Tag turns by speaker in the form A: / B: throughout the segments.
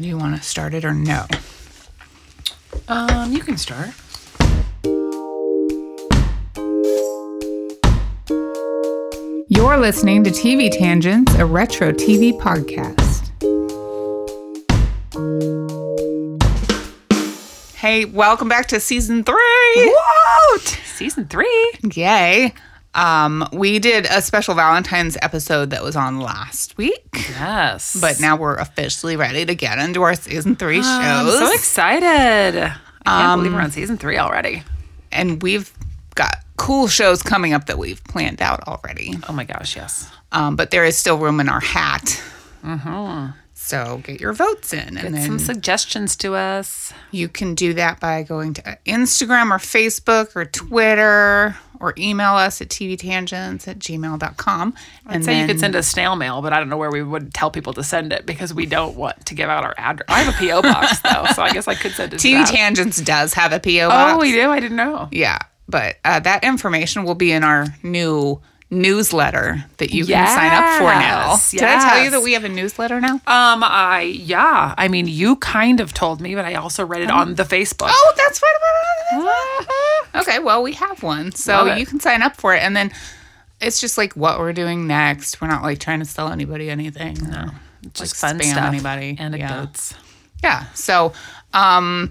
A: Do you want to start it or no? Um, you can start. You're listening to TV Tangents, a retro TV podcast. Hey, welcome back to season three. What?
B: Season three.
A: Yay. Um, we did a special Valentine's episode that was on last week,
B: Yes.
A: but now we're officially ready to get into our season three shows.
B: Ah, I'm so excited. I can't believe we're on season three already.
A: and we've got cool shows coming up that we've planned out already.
B: Oh my gosh, yes.
A: Um, but there is still room in our hat. So get your votes in, and
B: Uh-huh. Get
A: then
B: some suggestions to us.
A: you can do that by going to uh, Instagram or Facebook or Twitter or email us at tvtangents at gmail.com. And
B: Say you could send us snail mail, but I don't know where we would tell people to send it because we don't want to give out our address. I have a PO box though, so I guess I could send it. to
A: TV
B: that.
A: Tangents does have a PO box.
B: Oh, we do. I didn't know.
A: Yeah, but uh, that information will be in our new newsletter that you can sign up for now.
B: Yes,
A: Did I tell you
B: yes.
A: that we have a newsletter now?
B: Um, I yeah. I mean, you kind of told me, but I also read it on the Facebook.
A: Oh, that's what. Ah. Okay, well, we have one, so
B: Love it.
A: you can sign up for it, and then it's just like what we're doing next. We're not like trying to sell anybody anything. No,
B: just fun
A: spam
B: stuff.
A: anybody. Yeah.
B: Anecdotes.
A: Yeah. So, um,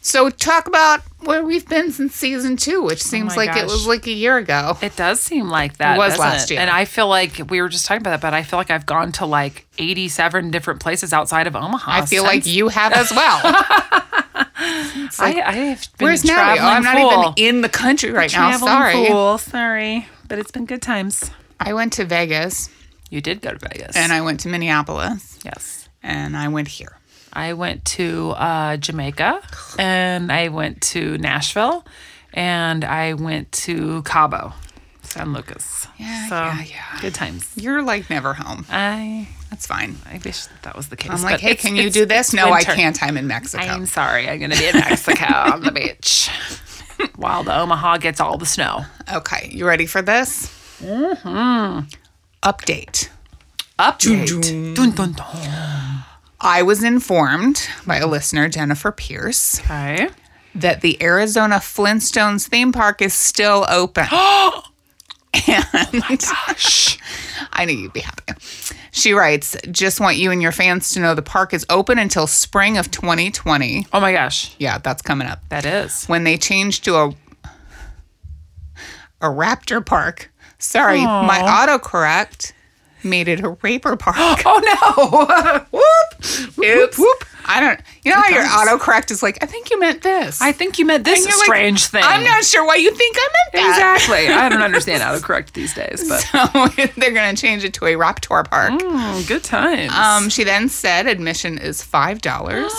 A: so talk about where we've been since season two, which seems
B: Oh my
A: like it was
B: gosh.
A: like a year ago.
B: It does seem like that.
A: It was
B: doesn't
A: last year.
B: And I feel like we were just talking about that, but I feel like I've gone to like 87 different places outside of Omaha.
A: I feel like
B: since-
A: you have as well.
B: I, I have been
A: Where's
B: a
A: Natalie?
B: traveling
A: Oh, I'm not
B: fool.
A: even in the country right now.
B: traveling
A: Sorry.
B: fool. Sorry, but it's been good times.
A: I went to Vegas
B: You did go to Vegas.
A: and I went to Minneapolis
B: yes.
A: and I went here.
B: I went to uh, Jamaica and I went to Nashville and I went to Cabo, San Lucas.
A: Yeah,
B: so,
A: yeah, yeah.
B: Good times.
A: You're like never home.
B: I
A: That's fine.
B: I wish that, that was the case.
A: I'm like,
B: but
A: hey,
B: it's-
A: can you
B: it's-
A: do this?
B: it's
A: No, I
B: winter.
A: can't. I'm in Mexico.
B: I'm sorry. I'm going to be in Mexico on the beach while the Omaha gets all the snow.
A: okay, you ready for this? Mm-hmm.
B: Mm-hmm.
A: Update.
B: Update. Dun, dun, dun.
A: I was informed by
B: Mm-hmm.
A: a listener, Jennifer Pierce,
B: Okay.
A: that the Arizona Flintstones theme park is still open. and
B: Oh Gosh.
A: I knew you'd be happy. She writes, just want you and your fans to know the park is open until spring of 2020.
B: Oh my gosh.
A: Yeah, that's coming up.
B: That is.
A: when they changed to a a raptor park. Sorry, my autocorrect made it a raper park.
B: Oh no.
A: whoop, whoop, whoop. I don't. You know how your
B: Sometimes.
A: autocorrect is like, I think you meant this.
B: I think you meant this
A: And you're like,
B: strange thing.
A: I'm not sure why you think I meant that.
B: Exactly. I don't understand how to correct these days, but
A: So they're gonna change it to a raptor park.
B: Mm, good times.
A: Um, she then said admission is five dollars,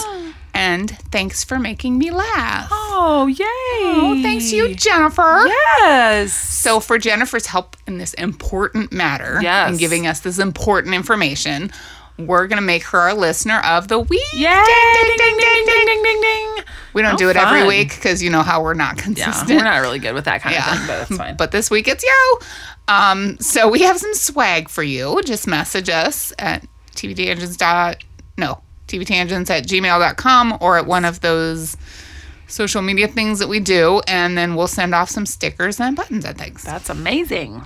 A: and thanks for making me laugh.
B: oh, yay.
A: Oh, thanks you, Jennifer.
B: Yes.
A: So, for Jennifer's help in this important matter
B: Yes.
A: and giving us this important information, we're going to make her our listener of the week.
B: Yay. Ding, ding, ding, ding, ding, ding, ding.
A: We don't
B: How
A: do it every
B: fun.
A: week because you know how we're not
B: Yeah,
A: consistent.
B: we're not really good with that kind
A: Yeah.
B: of thing, but that's fine.
A: But this week it's you. Um, so, we have some swag for you. Just message us at tvtangents. dot- No, tvtangents at gmail.com or at one of those social media things that we do. And then we'll send off some stickers and buttons and things.
B: That's amazing.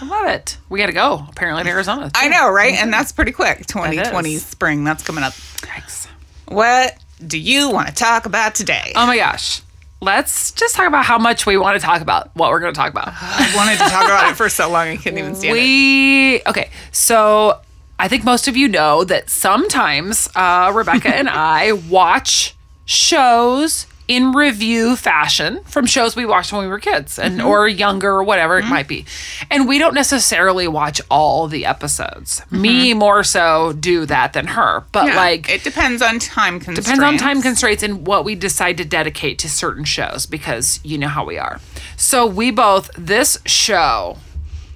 B: I love it. We got to go, apparently, to Arizona.
A: I know, right? And that's pretty quick. 2020
B: is.
A: spring, that's coming up.
B: Yikes.
A: What do you want to talk about today?
B: Oh my gosh. Let's just talk about how much we want to talk about what we're going to talk about.
A: I wanted to talk about it for so long, I couldn't even stand
B: We, okay. So I think most of you know that sometimes uh, Rebecca and I watch shows in review fashion from shows we watched when we were kids and
A: Mm-hmm.
B: or younger or whatever it might be. And we don't necessarily watch all the episodes. Me more so do that than her. But
A: Mm-hmm. Yeah,
B: like
A: it depends on time constraints.
B: depends on time constraints and what we decide to dedicate to certain shows because you know how we are. So we both this show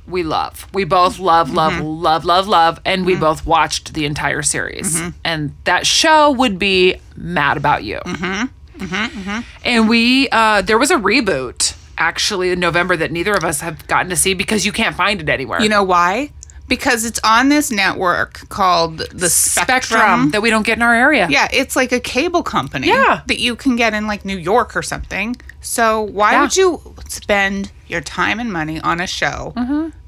B: we love. We both love love
A: Mm-hmm.
B: love love love and we both watched the entire series.
A: Mm-hmm.
B: And that show would be Mad About You.
A: Mm-hmm.
B: And we uh there was a reboot actually in November that neither of us have gotten to see because you can't find it anywhere.
A: You know why? because it's on this network called the Spectrum.
B: that we don't get in our area.
A: Yeah, it's like a cable company
B: Yeah.
A: that you can get in like New York or something. So why
B: Yeah.
A: would you spend your time and money on a show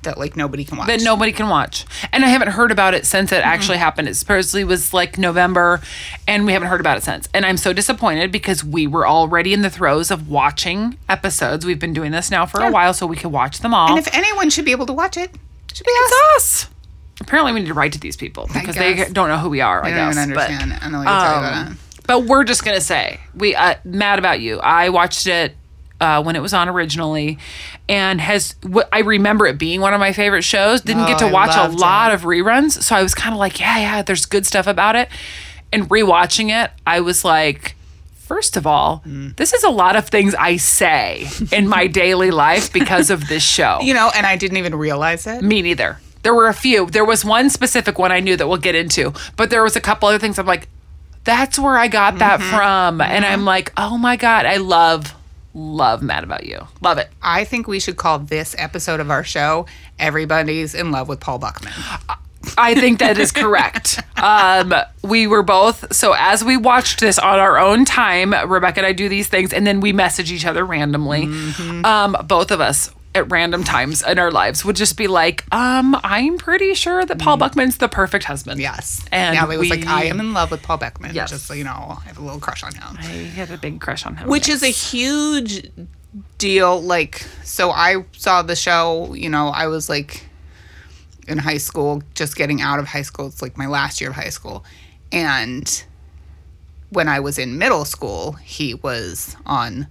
A: that like nobody can watch?
B: that nobody can watch. And I haven't heard about it since it actually
A: Mm-hmm.
B: happened. It supposedly was like November, and we haven't heard about it since. And I'm so disappointed because we were already in the throes of watching episodes. We've been doing this now for a while, so we could watch them all.
A: and if anyone should be able to watch it, it should be us.
B: it's us. Apparently, we need to write to these people because they
A: guess.
B: don't know who we are. I
A: I don't
B: guess,
A: even
B: but-
A: understand. I know what you're talking about.
B: um, but we're just gonna say we uh, mad about you. I watched it uh, when it was on originally, and has wh- I remember it being one of my favorite shows. Didn't get
A: Oh,
B: to
A: I
B: watch a
A: loved
B: lot of reruns, so I was kind of like, yeah, yeah, there's good stuff about it. And rewatching it, I was like. First of all,
A: Mm.
B: this is a lot of things I say in my daily life because of this show.
A: You know, and I didn't even realize it.
B: Me neither. There were a few. There was one specific one I knew that we'll get into, but there was a couple other things I'm like, that's where I got that from. And I'm like, oh my God, I love, love Mad About You. Love it.
A: I think we should call this episode of our show "Everybody's in Love with Paul Buckman."
B: I think that is correct. Um, we were both, so as we watched this on our own time, Rebecca and I do these things, and then we message each other randomly. Um, both of us at random times in our lives would just be like, um, I'm pretty sure that Paul Buckman's the perfect husband.
A: Yes,
B: And
A: now it was like
B: we-
A: I am in love with Paul Beckman.
B: Yes.
A: just so you know, I have a little crush on him.
B: I had a big crush on him.
A: which is a huge deal like so i saw the show you know i was like in high school just getting out of high school it's like my last year of high school and when i was in middle school he was on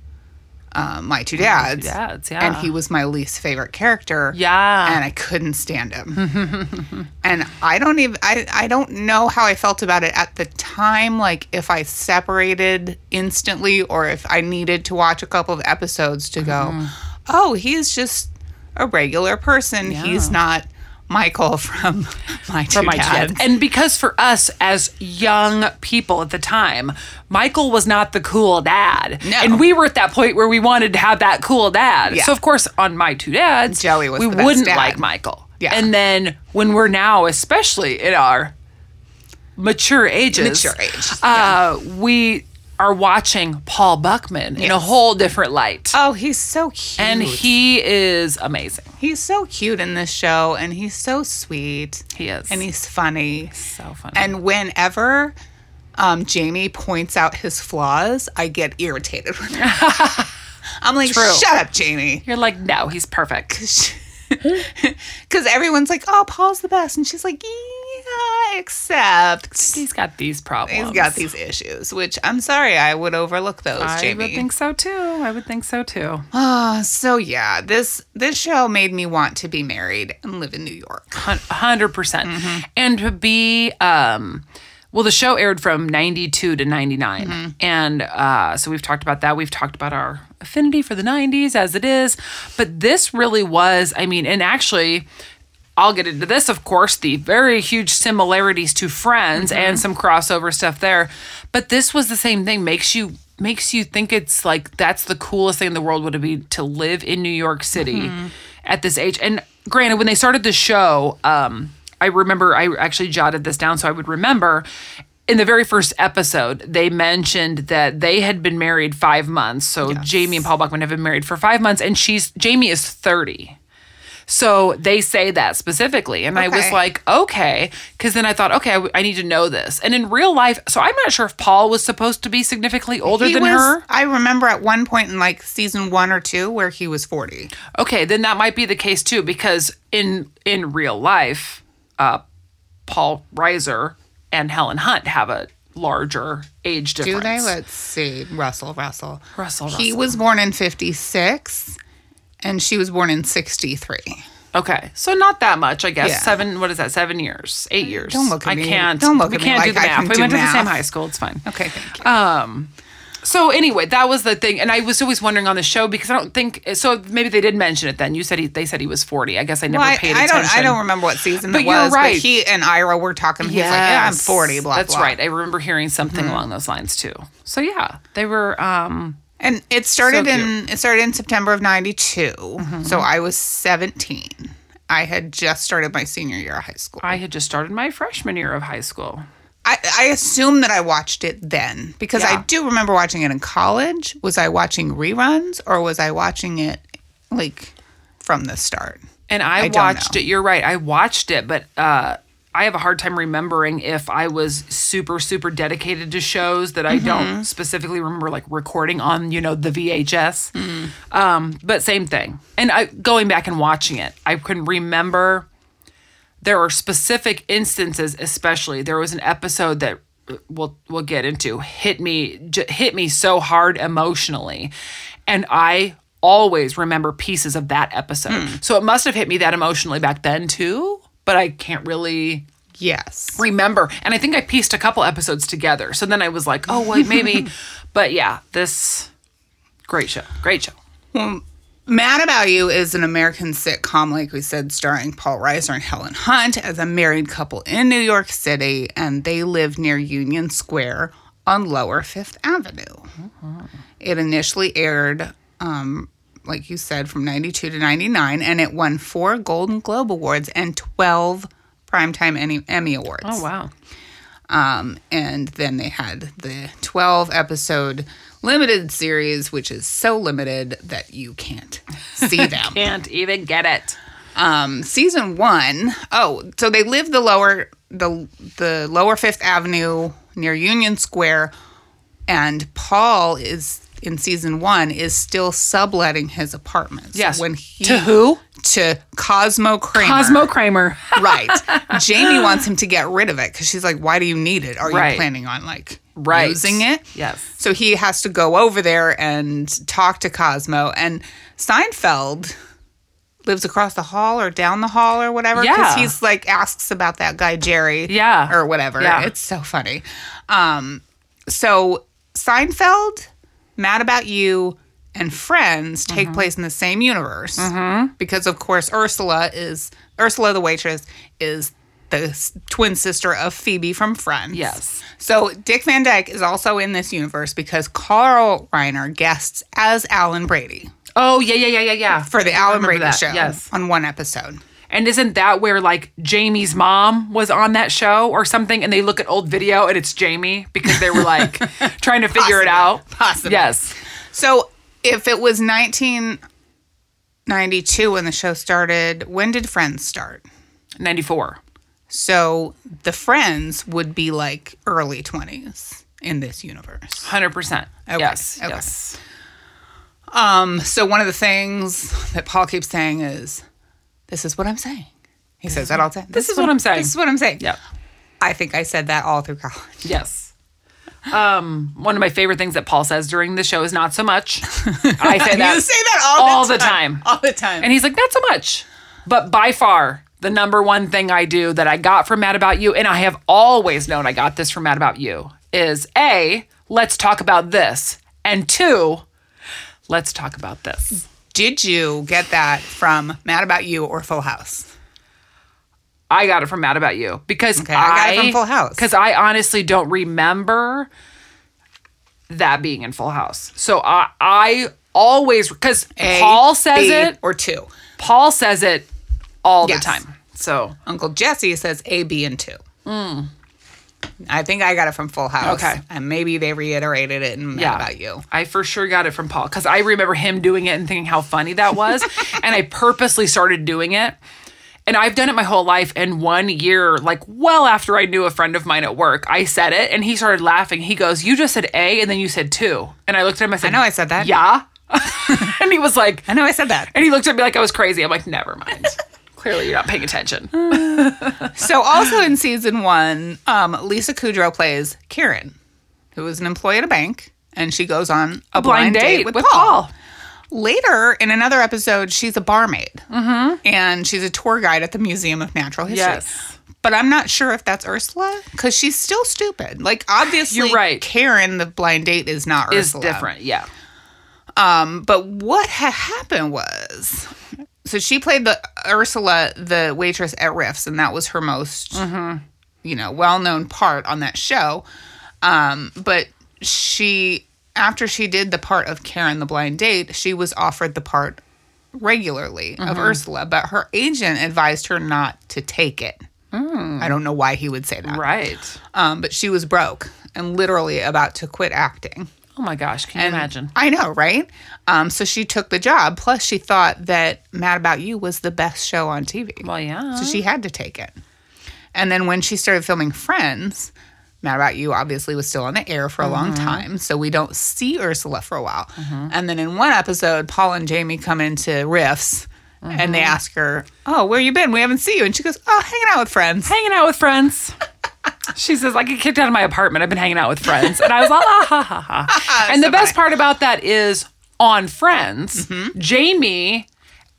A: um, my two dads,
B: Dads,
A: and
B: yeah.
A: he was my least favorite character
B: Yeah.
A: and i couldn't stand him and i don't even I, I don't know how i felt about it at the time like if i separated instantly or if i needed to watch a couple of episodes to go
B: Mm-hmm.
A: oh he's just a regular person he's not michael from my two,
B: for my
A: dads.
B: kids. And because for us as young people at the time, Michael was not the cool dad.
A: No.
B: And we were at that point where we wanted to have that cool dad.
A: Yeah.
B: So of course on my two dads,
A: Joey was
B: we
A: the best
B: wouldn't
A: dad.
B: like Michael.
A: Yeah.
B: And then when we're now, especially in our mature ages,
A: Mature age,
B: uh, we are watching Paul Buckman in a whole different light.
A: oh he's so cute
B: and he is amazing.
A: he's so cute in this show and he's so sweet
B: He is.
A: and he's funny
B: so funny.
A: And whenever um, Jamie points out his flaws, I get irritated with him. I'm like,
B: True.
A: shut up, Jamie.
B: you're like, no, he's perfect.
A: Because everyone's like, oh, Paul's the best. And she's like, yeah, except
B: He's got these problems.
A: he's got these issues, which I'm sorry, I would overlook those,
B: I
A: Jamie.
B: would think so too. I would think so too.
A: Ah, so yeah, this this show made me want to be married and live in New York.
B: Hundred percent. And to be, um, well, the show aired from ninety two to ninety Mm-hmm. and uh, so we've talked about that. We've talked about our affinity for the nineties as it is, but this really was. I mean, and actually. I'll get into this, of course, the very huge similarities to Friends and some crossover stuff there. But this was the same thing. Makes you makes you think it's like that's the coolest thing in the world would it be to live in New York City at this age. And granted, when they started the show, um, I remember I actually jotted this down so I would remember. In the very first episode, they mentioned that they had been married five months. So Jamie and Paul Buckman have been married for five months, and she's Jamie is thirty. So they say that specifically. And I was
A: Okay.
B: like, okay. Because then I thought, okay, I, w- I need to know this. And in real life, so I'm not sure if Paul was supposed to be significantly older
A: He
B: than
A: was,
B: her.
A: I remember at one point in like season one or two where he was 40.
B: Okay, then that might be the case too, because in in real life, uh, Paul Reiser and Helen Hunt have a larger age
A: Do
B: difference.
A: they? Let's see. Russell, Russell.
B: Russell,
A: He was born in 56 and she was born in 63.
B: Okay, so not that much, I guess.
A: Yeah.
B: Seven. What is that? Seven years? Eight years?
A: Don't look at
B: I
A: me.
B: can't.
A: Don't look
B: we
A: at me
B: can't do
A: like
B: the
A: I
B: math.
A: can
B: we
A: do
B: went to the same
A: math.
B: high school. It's fine. Um,
A: Okay, thank you.
B: So anyway, that was the thing, and I was always wondering on the show because I don't think so. Maybe they did mention it then. You said he, they said he was forty. I guess I never
A: I,
B: paid
A: I
B: attention.
A: don't. I don't remember what season
B: But
A: it
B: you're
A: was.
B: right.
A: But he and Ira were talking. He's like, yeah, I'm 40. Blah.
B: That's
A: blah." Mm-hmm.
B: right. I remember hearing something along those lines too. So yeah, they were. um
A: And it started
B: So Mm-hmm.
A: in it started in September of '92. So I was 17 I had just started my senior year of high school.
B: I had just started my freshman year of high school.
A: I, I assume that I watched it then because
B: Yeah.
A: I do remember watching it in college. Was I watching reruns or was I watching it like from the start?
B: And I,
A: don't
B: watched
A: know.
B: it. You're right. I watched it, but uh, I have a hard time remembering if I was super, super dedicated to shows that I
A: Mm-hmm.
B: don't specifically remember, like recording on, you know, the VHS.
A: Mm.
B: Um, but same thing. And I going back and watching it, I can remember there are specific instances, especially there was an episode that uh, we'll we'll get into hit me j- hit me so hard emotionally, and I always remember pieces of that episode. So it must have hit me that emotionally back then too, but I can't really
A: Yes.
B: remember. And I think I pieced a couple episodes together. So then I was like, oh wait, maybe. but yeah, this great show, great show.
A: Mad About You is an American sitcom, like we said, starring Paul Reiser and Helen Hunt as a married couple in New York City, and they live near Union Square on Lower Fifth Avenue. It initially aired, um, like you said, from 92 to 99, and it won four Golden Globe Awards and 12 Primetime Emmy- Emmy Awards.
B: Oh wow.
A: Um, and then they had the 12 episode limited series, which is so limited that you can't see them.
B: Can't even get it.
A: um, season one, oh, so they live the lower the the lower Fifth Avenue near Union Square, and Paul is in season one is still subletting his apartment. So
B: Yes.
A: when he
B: to who?
A: to Cosmo Kramer.
B: Cosmo Kramer.
A: Right. Jamie wants him to get rid of it because she's like, why do you need it? Are
B: Right.
A: you planning on like
B: Right.
A: using it?
B: Yes.
A: So he has to go over there and talk to Cosmo. And Seinfeld lives across the hall or down the hall or whatever.
B: Yeah.
A: Because he's like asks about that guy, Jerry.
B: Yeah.
A: Or whatever.
B: Yeah.
A: It's so funny. Um, so Seinfeld, Mad About You, and Friends take
B: Mm-hmm.
A: place in the same universe because, of course, Ursula is Ursula the waitress is the s- twin sister of Phoebe from Friends.
B: Yes.
A: So Dick Van Dyke is also in this universe because Carl Reiner guests as Alan Brady
B: Oh yeah, yeah, yeah, yeah, yeah.
A: for the Alan Brady
B: that,
A: show
B: yes.
A: on one episode.
B: And isn't that where like Jamie's mom was on that show or something? And they look at old video and it's Jamie because they were like trying to figure
A: Possibly.
B: it out.
A: Possibly.
B: Yes.
A: So if it was 1992 when the show started, when did Friends start?
B: Ninety four.
A: So the friends would be like early 20s in this universe.
B: Hundred percent. Yes.
A: okay.
B: Yes.
A: Um so one of the things that Paul keeps saying is this is what I'm saying. He says that all the time. This,
B: is what I'm saying."
A: This is what I'm saying.
B: Yep.
A: I think I said that all through college.
B: Yes. Um, one of my favorite things that Paul says during the show is not so much. I say that.
A: you say that all,
B: all the
A: the, time.
B: time.
A: All the time.
B: And he's like, not so much. But by far, the number one thing I do that I got from Mad About You, and I have always known I got this from Mad About You, is A, let's talk about this. And two, let's talk about this.
A: Did you get that from Mad About You or Full House?
B: I got it from Mad About You because
A: I got it from Full House.
B: Because I honestly don't remember that being in Full House. So I, I always, because
A: A,
B: Paul says
A: B,
B: it,
A: or two.
B: Paul says it all
A: Yes.
B: the time. So
A: Uncle Jesse says A, B, and two. I think I got it from Full House.
B: Mm. Okay.
A: And maybe they reiterated it in Mad
B: yeah.
A: About You.
B: I for sure got it from Paul because I remember him doing it and thinking how funny that was. and I purposely started doing it. And I've done it my whole life. And one year, like well after I knew a friend of mine at work, I said it and he started laughing. He goes, You just said A and then you said two. And I looked at him, I said,
A: I know I said that.
B: Yeah. and he was like,
A: I know I said that.
B: And he looked at me like I was crazy. I'm like, Never mind. Clearly, you're not paying attention.
A: So also in season one, um, Lisa Kudrow plays Karen, who is an employee at a bank, and she goes on a, blind, date, with, Paul. Later in another episode, she's a barmaid, mm-hmm. and she's a tour guide at the Museum of Natural History.
B: Yes.
A: But I'm not sure if that's Ursula because she's still stupid. Like obviously,
B: You're right.
A: Karen, the blind date, is not
B: Is
A: Ursula.
B: different. Yeah.
A: Um, but what had happened was, so she played the Ursula, the waitress at Riffs, and that was her most, you know, well-known part on that show. Um, but she, after she did the part of Karen the blind date, she was offered the part regularly of Ursula, but her agent advised her not to take it. I don't know why he would say that.
B: Right.
A: Um, but she was broke and literally about to quit acting.
B: Oh my gosh. Can you imagine?
A: I know, right? Um, so she took the job. Plus, she thought that Mad About You was the best show on TV.
B: Well, yeah.
A: So she had to take it. And then when she started filming Friends, Mad About You obviously was still on the air for a long time. So we don't see Ursula for a while. And then in one episode, Paul and Jamie come into Riffs and they ask her, Oh, where you been? We haven't seen you. And she goes, Oh, hanging out with friends.
B: hanging out with friends. She says, I get kicked out of my apartment. I've been hanging out with friends. And I was like, ah, ha, ha, ha. And the best part about that is on Friends,
A: Mm-hmm.
B: Jamie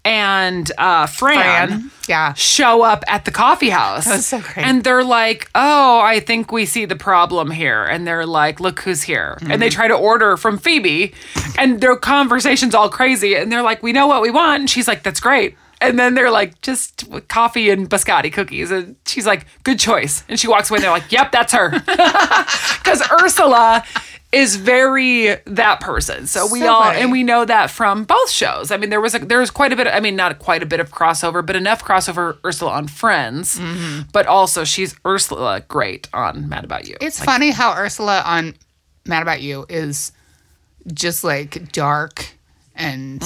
B: and uh, Fran,
A: Fran, yeah.
B: show up at the coffee house.
A: was so great.
B: And they're like, oh, I think we see the problem here. And they're like, look who's here. And
A: Mm-hmm.
B: they try to order from Phoebe. And their conversation's all crazy. And they're like, we know what we want. And she's like, that's great. And then they're like, just coffee and biscotti cookies. And she's like, good choice. And she walks away and they're like, yep, that's her. Because Ursula is very that person. So we
A: So
B: all,
A: funny.
B: and we know that from both shows. I mean, there was a, there was quite a bit, I mean, not quite a bit of crossover, but enough crossover Ursula on Friends,
A: Mm-hmm.
B: but also she's Ursula great on Mad About You.
A: It's funny how Ursula on Mad About You is just like dark and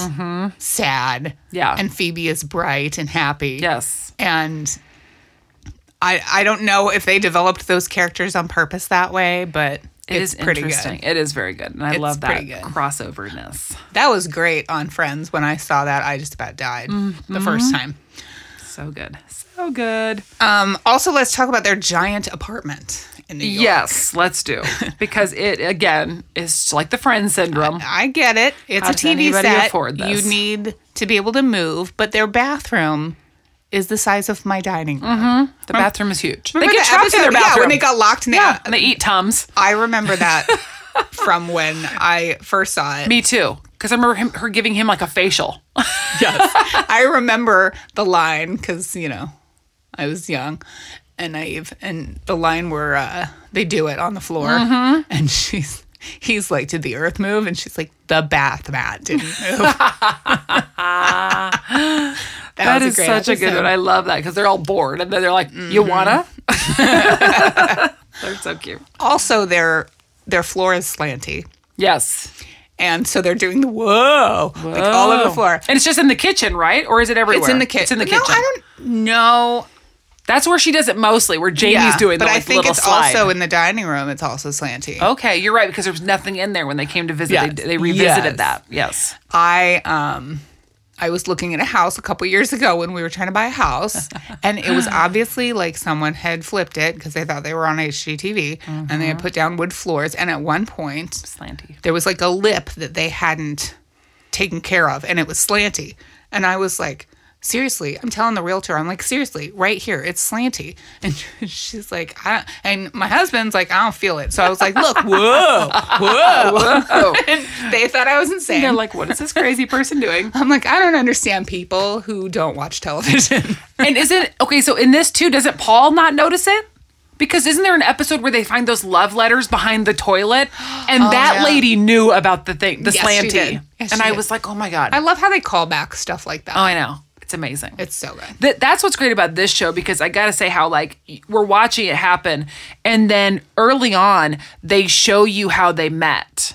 A: sad.
B: Mm-hmm. Yeah.
A: And Phoebe is bright and happy.
B: yes.
A: And I I don't know if they developed those characters on purpose that way, but
B: It
A: it's
B: is
A: pretty
B: interesting.
A: good.
B: It is very good. And I love that
A: pretty good.
B: crossoverness.
A: That was great on Friends. When I saw that, I just about died the first
B: Mm-hmm.
A: time.
B: So good. So good.
A: Um, also, let's talk about their giant apartment in New York.
B: Yes, let's do. Because it again is like the friend syndrome.
A: I get it. It's
B: How
A: a
B: does
A: TV
B: anybody
A: set.
B: afford this?
A: You need to be able to move, but their bathroom is the size of my dining room.
B: The bathroom is huge. Mm-hmm. They
A: Remember
B: get
A: the
B: trapped in their
A: episode-
B: bathroom.
A: Yeah, when they got locked in the-
B: Yeah, and they eat tums.
A: I remember that from when I first saw it.
B: Me too. Because I remember him, her giving him like a facial.
A: Yes. I remember the line because, you know, I was young and naive. And the line where uh, they do it on the floor.
B: Mm-hmm.
A: And she's, he's like, Did the earth move? And she's like, The bath mat didn't move. that
B: That
A: was
B: is such a good
A: episode. Mm-hmm.
B: one. I love that because they're all bored and then they're like, "You wanna?" they're so cute.
A: Also, their their floor is slanty.
B: Yes,
A: And so they're doing the whoa, like all over the
B: Oh.
A: floor.
B: and it's just in the kitchen, right? Or is it everywhere?
A: It's in the kitchen.
B: It's in the
A: No,
B: kitchen.
A: I don't know.
B: That's where she does it mostly. Where Jamie's
A: Yeah,
B: doing,
A: but
B: the,
A: I
B: like,
A: think
B: little
A: it's
B: slide.
A: also in the dining room. It's also slanty.
B: Okay, you're right because there was nothing in there when they came to visit.
A: Yes.
B: They, they revisited
A: Yes.
B: that. Yes.
A: I um I was looking at a house a couple years ago when we were trying to buy a house, and it was obviously like someone had flipped it because they thought they were on HGTV and they had put down wood floors. And at one point,
B: Slanty.
A: there was like a lip that they hadn't taken care of, and it was slanty. And I was like, seriously, I'm telling the realtor, I'm like, seriously, right here, it's slanty. And she's like, I, and my husband's like, I don't feel it. So I was like, look, whoa, whoa.
B: Oh,
A: and they thought I was insane.
B: they're like, "What is this crazy person doing?"
A: I'm like, I don't understand people who don't watch television.
B: And isn't okay? So in this too, doesn't Paul not notice it? Because isn't there an episode where they find those love letters behind the toilet, and that
A: Oh, yeah.
B: lady knew about the thing, the
A: Yes, she
B: slanty,
A: did. Yes,
B: and
A: she
B: I
A: did.
B: was like, oh my god,
A: I love how they call back stuff like that.
B: oh I know, it's amazing.
A: it's so good.
B: Th- that's what's great about this show because I gotta say how like y- we're watching it happen, and then early on they show you how they met,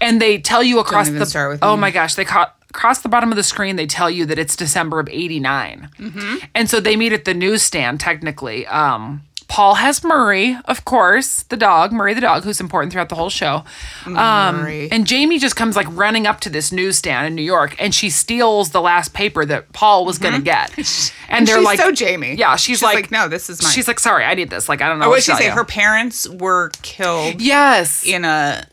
B: and they tell you across
A: even
B: the
A: start with
B: oh
A: me.
B: my gosh they caught. Across the bottom of the screen, they tell you that it's December of '89,
A: Mm-hmm.
B: and so they meet at the newsstand. Technically, um, Paul has Murray, of course, the dog, Murray the dog, who's important throughout the whole show. Um,
A: Murray.
B: and Jamie just comes like running up to this newsstand in New York, and she steals the last paper that Paul was gonna get. And, they're
A: Mm-hmm. she's
B: like,
A: so Jamie.
B: Yeah, she's,
A: She's
B: like,
A: like, "No, this is mine." Oh,
B: She's like, sorry, I need this. Like, I don't know.
A: What
B: what
A: did she
B: to
A: say?
B: tell you."
A: Her parents were killed
B: yes.
A: in a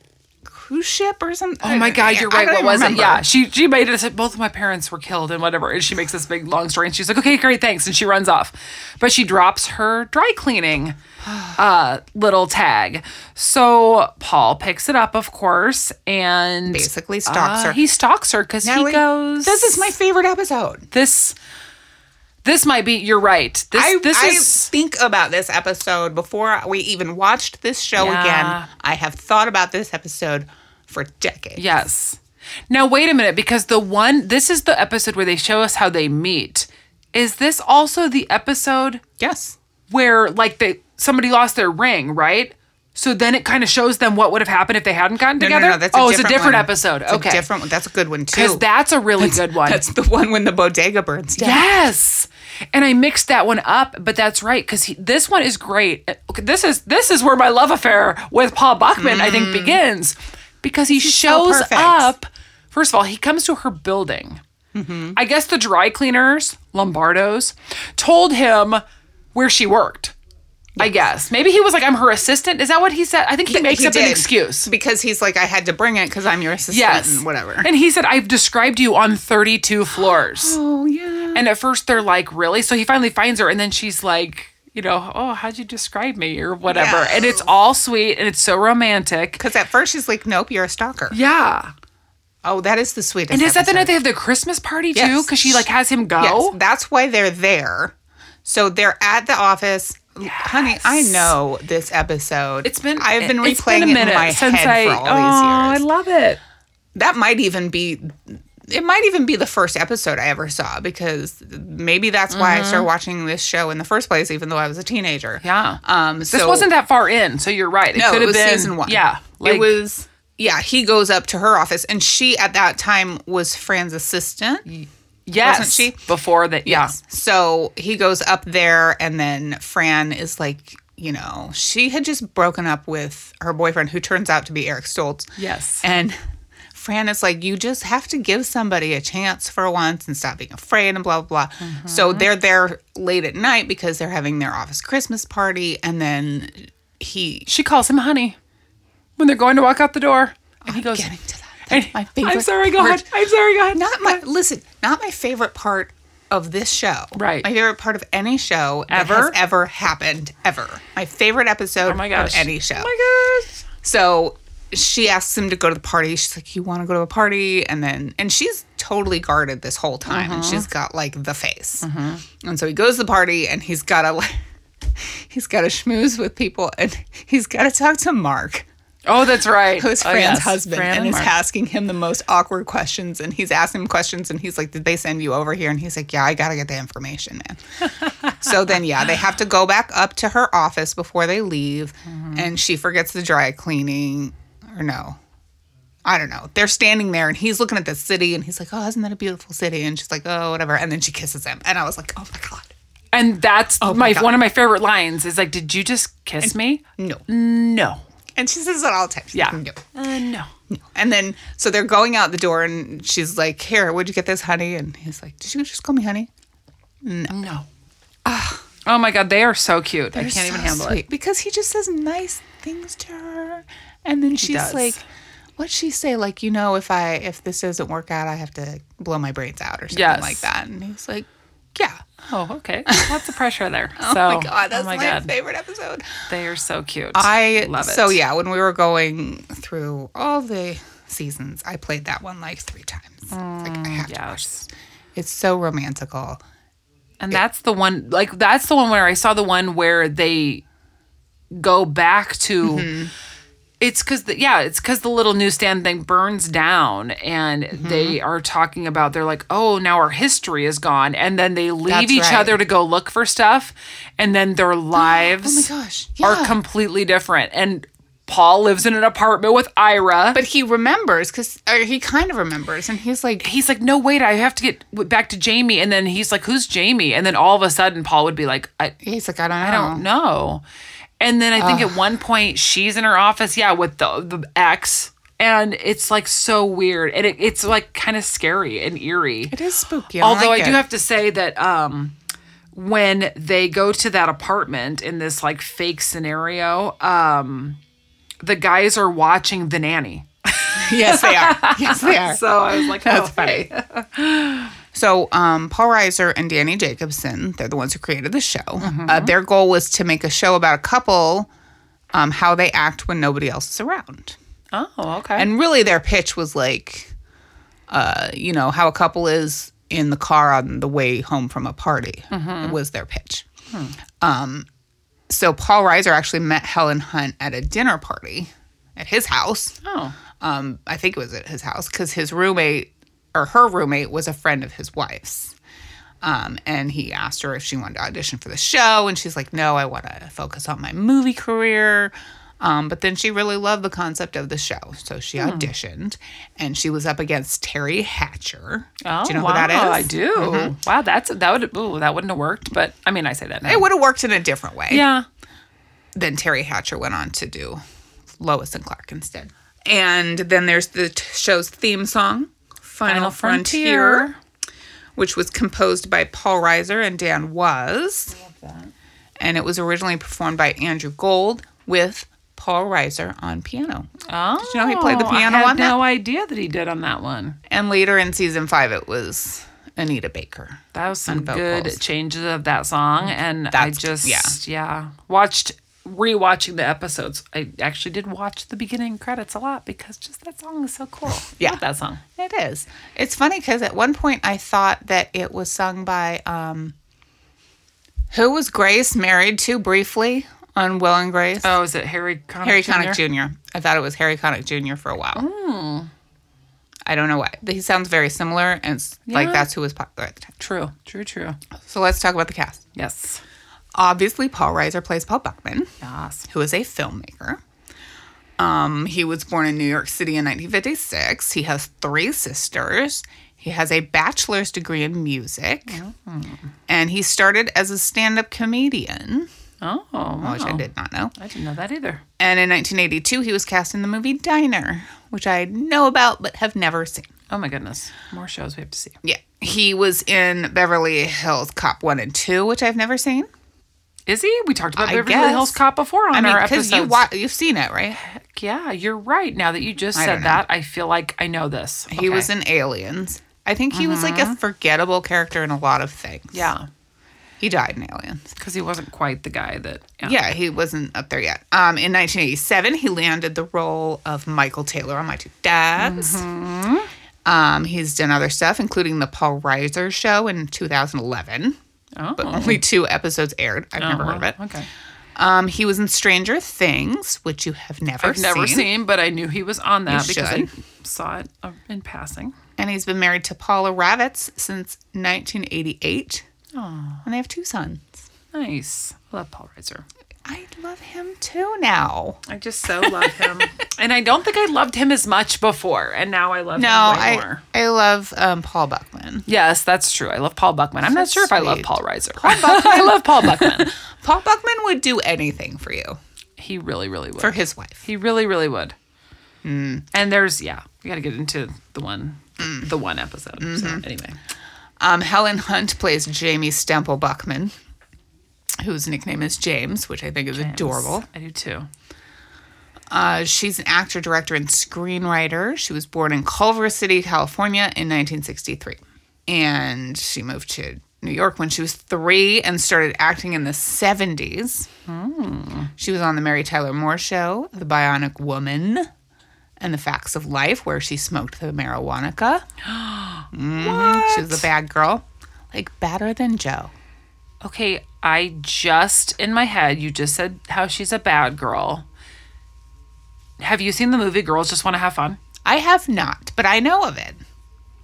A: cruise ship or something.
B: Oh my God, you're right. What was it? Yeah,
A: Yeah.
B: she she made it. Both of my parents were killed and whatever. And she makes this big long story. And she's like, okay, great, thanks. And she runs off, but she drops her dry cleaning uh, little tag. So Paul picks it up, of course, and
A: Basically stalks
B: uh,
A: her.
B: He stalks her because he
A: Natalie,
B: goes.
A: This is my favorite episode.
B: this. This might be. You're right. This
A: I,
B: this
A: I
B: is
A: think about this episode before we even watched this show
B: Yeah.
A: again. I have thought about this episode for decades.
B: yes. Now wait a minute, because the one this is the episode where they show us how they meet. Is this also the episode
A: Yes.
B: where like they somebody lost their ring, right? So then it kind of shows them what would have happened if they hadn't gotten
A: No, no,
B: together.
A: no, that's a
B: oh,
A: different
B: it's a different
A: one.
B: episode.
A: It's a
B: okay,
A: different one. That's a good one too.
B: because that's a really good one.
A: That's the one when the bodega burns down.
B: Yes. And I mixed that one up, but that's right cuz this one is great. Uh, okay, This is this is where my love affair with Paul Bachman I think begins because he shows
A: Mm. perfect.
B: up. First of all, he comes to her building.
A: Mm-hmm.
B: I guess the dry cleaners, Lombardo's, told him where she worked. I guess. Maybe he was like I'm her assistant. Is that what he said? I think he makes
A: He
B: up an
A: did.
B: excuse.
A: because he's like, I had to bring it because I'm your assistant
B: Yes.
A: and whatever.
B: And he said, I've described you on 32 floors.
A: oh yeah.
B: And at first they're like, really? So he finally finds her, and then she's like, you know, oh, how'd you describe me or whatever?
A: Yeah.
B: And it's all sweet and it's so romantic.
A: Because at first she's like, Nope, you're a stalker.
B: Yeah.
A: Oh, that is the sweetest.
B: And is that the
A: episode.
B: night they have the Christmas party too?
A: Yes.
B: Because she like has him go.
A: Yes, that's why they're there. So they're at the office. Honey, I know this episode.
B: It's been
A: I've been
B: it's
A: replaying
B: been a
A: it
B: minute
A: in my
B: since
A: head
B: I,
A: for all
B: oh,
A: these
B: I
A: years.
B: love it.
A: that might even be it might even be the first episode I ever saw because maybe that's why
B: Mm-hmm.
A: I started watching this show in the first place, even though I was a teenager.
B: Yeah.
A: Um so
B: This wasn't that far in, so you're right. It
A: no,
B: could
A: Oh, it
B: have
A: was
B: been
A: season one.
B: Yeah.
A: it was yeah, he goes up to her office and she at that time was Fran's assistant.
B: yes,
A: wasn't she?
B: before that. Yeah.
A: So he goes up there, and then Fran is like, you know, she had just broken up with her boyfriend, who turns out to be Eric Stoltz.
B: Yes.
A: And Fran is like, you just have to give somebody a chance for once and stop being afraid and blah, blah, blah.
B: Mm-hmm.
A: So they're there late at night because they're having their office Christmas party. And then he,
B: She calls him honey when they're going to walk out the door. And he goes,
A: getting to that.
B: and-
A: That's my favorite
B: I'm sorry, go
A: part.
B: ahead. I'm sorry, go ahead.
A: not my listen, not my favorite part of this show.
B: Right.
A: My favorite part of any show
B: Ever?
A: that has ever happened ever. My favorite episode
B: Oh my
A: of
B: gosh.
A: any show.
B: Oh my gosh.
A: So she asks him to go to the party. She's like, "You want to go to a party?" And then, and she's totally guarded this whole time, and
B: Uh-huh.
A: she's got like the face. And so he goes to the party, and he's got to like, he's got to schmooze with people, and he's got to talk to Mark
B: Oh, that's right.
A: who's
B: Oh,
A: Fran's
B: yes.
A: husband
B: Fran
A: and is
B: Mark.
A: asking him the most awkward questions and he's asking him questions and he's like, Did they send you over here? And he's like, Yeah, I gotta get the information, man. so then yeah, they have to go back up to her office before they leave
B: Mm-hmm.
A: and she forgets the dry cleaning or no. I don't know. They're standing there and he's looking at the city and he's like, Oh, isn't that a beautiful city? And she's like, Oh, whatever. And then she kisses him. And I was like, Oh my God.
B: And that's my,
A: Oh God.
B: one of my favorite lines is like, "Did you just kiss me?"
A: No.
B: No.
A: And she says it all the time. She's
B: Yeah.
A: like, No.
B: Uh, no.
A: And then, so they're going out the door, and she's like, "Here, where'd you get this, honey?" And he's like, "Did you just call me honey?"
B: No. Oh my god, they are so cute. I
A: They're
B: can't even
A: so
B: handle it.
A: sweet. because he just says nice things to her, and then she's
B: does.
A: like, "What'd she say? Like, you know, if I if this doesn't work out, I have to blow my brains out or something
B: Yes.
A: like that." And he's like, "Yeah."
B: Oh, okay. Lots of pressure there. So,
A: oh my god, that's
B: oh my
A: my
B: god,
A: favorite episode.
B: they are so cute.
A: I
B: love it.
A: So yeah, when we were going through all the seasons, I played that one like three times. It's like I have to watch
B: Yes.
A: this. It's so romantical.
B: And that's the one, like, that's the one where I saw the one where they go back to.
A: Mm-hmm.
B: It's because, the, yeah, it's because the little newsstand thing burns down and
A: Mm-hmm.
B: they are talking about, they're like, oh, now our history is gone. And then they leave
A: That's
B: each
A: right.
B: other to go look for stuff. And then their lives
A: Oh gosh,
B: are
A: yeah.
B: completely different. And Paul lives in an apartment with Ira.
A: But he remembers because he kind of remembers, and he's like,
B: he's like, no, wait, I have to get w- back to Jamie. And then he's like, who's Jamie? And then all of a sudden, Paul would be like, I,
A: he's like, I don't know.
B: I don't know. And then I think at one point she's in her office, yeah, with the, the ex. And it's like so weird. And it, it's like kind of scary and eerie.
A: It is spooky.
B: Although
A: like
B: I do
A: it.
B: have to say that um, when they go to that apartment in this like fake scenario, um, the guys are watching The Nanny.
A: yes, they are. Yes, they are.
B: So I was like, "Oh, that's funny.
A: So, um, Paul Reiser and Danny Jacobson, they're the ones who created the show. Uh, their goal was to make a show about a couple, um, how they act when nobody else is around.
B: Oh, okay.
A: And really, their pitch was like, uh, you know, how a couple is in the car on the way home from a party was their pitch. Um, so Paul Reiser actually met Helen Hunt at a dinner party, at his house.
B: Oh.
A: Um, I think it was at his house because his roommate or her roommate was a friend of his wife's. Um, and he asked her if she wanted to audition for the show, and she's like, "No, I want to focus on my movie career." Um, but then she really loved the concept of the show, so she
B: Hmm.
A: auditioned, and she was up against Terry Hatcher.
B: Oh,
A: do you know
B: wow,
A: who that is? Mm-hmm.
B: I do. Wow, that's that would ooh, that wouldn't have worked, but I mean, I say that now.
A: It would have worked in a different way.
B: yeah.
A: then Terry Hatcher went on to do Lois and Clark instead. And then there's the t- show's theme song, Final,
B: Final
A: Frontier,
B: Frontier.
A: which was composed by Paul Reiser and Dan Was. And it was originally performed by Andrew Gold with Paul Reiser on piano.
B: Oh,
A: Did you know he played the piano
B: I had
A: on that?
B: no idea that he did on that one.
A: And later in season five, it was Anita Baker.
B: That was some
A: On
B: good
A: vocals.
B: changes of that song, and I
A: Mm-hmm. That's-
B: just
A: yeah.
B: yeah watched rewatching the episodes. I actually did watch the beginning credits a lot because just that song is so cool.
A: Yeah.
B: I love that song.
A: It is. It's funny because at one point I thought that it was sung by um, who was Grace married to briefly on Will and Grace?
B: Oh, is it Harry Connick?
A: Harry
B: Jr.?
A: Connick Jr. I thought it was Harry Connick Jr. for a while. I don't know why. He sounds very similar, and it's like
B: Yeah.
A: that's who was popular at the time.
B: True, true, true.
A: So let's talk about the cast.
B: Yes,
A: Obviously, Paul Reiser plays Paul Buckman,
B: yes.
A: who is a filmmaker. Um, he was born in New York City in 1956. He has three sisters. He has a bachelor's degree in music.
B: Oh.
A: And he started as a stand up comedian,
B: Oh, wow.
A: which I did not know.
B: I didn't know that either.
A: And in 1982, he was cast in the movie Diner, which I know about but have never seen.
B: Oh my goodness, more shows we have to see.
A: Yeah. He was in Beverly Hills Cop 1 and 2, which I've never seen.
B: Is he? We talked about
A: I
B: Beverly
A: guess.
B: Hills Cop before on
A: I mean,
B: our
A: because
B: episodes.
A: you wa- you've seen it, right?
B: yeah, you're right. Now that you just
A: don't
B: said
A: know.
B: that, I feel like I know this.
A: He was in Aliens. I think he was like a forgettable character in a lot of things.
B: Mm-hmm. yeah,
A: He died in Aliens.
B: because he wasn't quite the guy that. Yeah.
A: Yeah, he wasn't up there yet. Um, in 1987, he landed the role of Michael Taylor on My Two Dads.
B: Mm-hmm.
A: Um, he's done other stuff, including the Paul Reiser show in 2011,
B: Oh.
A: but only two episodes aired. I've never heard of it.
B: Okay.
A: Um, he was in Stranger Things, which you have never
B: I've never seen, but I knew he was on that
A: You
B: because I saw it uh, in passing.
A: and he's been married to Paula Ravitz since 1988, and they have two sons.
B: Nice. I love Paul Reiser.
A: I love him too now.
B: I just so love him, and I don't think I loved him as much before, and now I love
A: No,
B: him way
A: I
B: more.
A: I love um, Paul Buckman.
B: Yes, that's true. I love Paul Buckman. I'm not
A: So
B: sure if I love
A: sweet.
B: Paul Reiser. I love Paul Buckman.
A: Paul Buckman would do anything for you
B: He really, really would.
A: for his wife.
B: He really, really would. And there's yeah, we got to get into the one, the one episode. So anyway,
A: Um, Helen Hunt plays Jamie Stemple Buckman, whose nickname is James, which I think is adorable.
B: I do too.
A: Uh, she's an actor, director, and screenwriter. She was born in Culver City, California, in 1963, and she moved to New York when she was three and started acting in the 70s. She was on the Mary Tyler Moore Show, The Bionic Woman, and The Facts of Life, where she smoked the marijuanica. Mhm. She was a bad girl, like badder than Joe.
B: Okay, I just in my head, you just said how she's a bad girl. Have you seen the movie Girls Just Want to Have Fun?
A: I have not, but I know of it,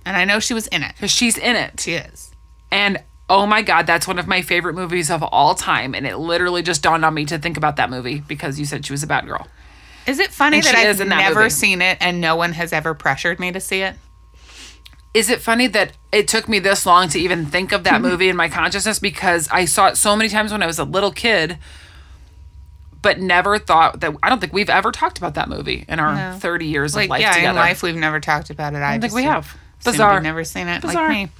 A: and I know she was in it.
B: Because she's in it,
A: She is.
B: and oh my god, that's one of my favorite movies of all time. And it literally just dawned on me to think about that movie because you said she was a bad girl.
A: Is it funny
B: And
A: that
B: she
A: I've
B: is in that
A: never
B: movie.
A: seen it and no one has ever pressured me to see it?
B: is it funny that it took me this long to even think of
A: Hmm.
B: that movie in my consciousness because I saw it so many times when I was a little kid, but never thought that I don't think we've ever talked about that movie in our 30 years
A: Like,
B: of life
A: yeah,
B: together.
A: in life we've never talked about it. I,
B: I don't think
A: just
B: we have.
A: assumed
B: Bizarre.
A: you'd never seen it
B: Bizarre.
A: like me.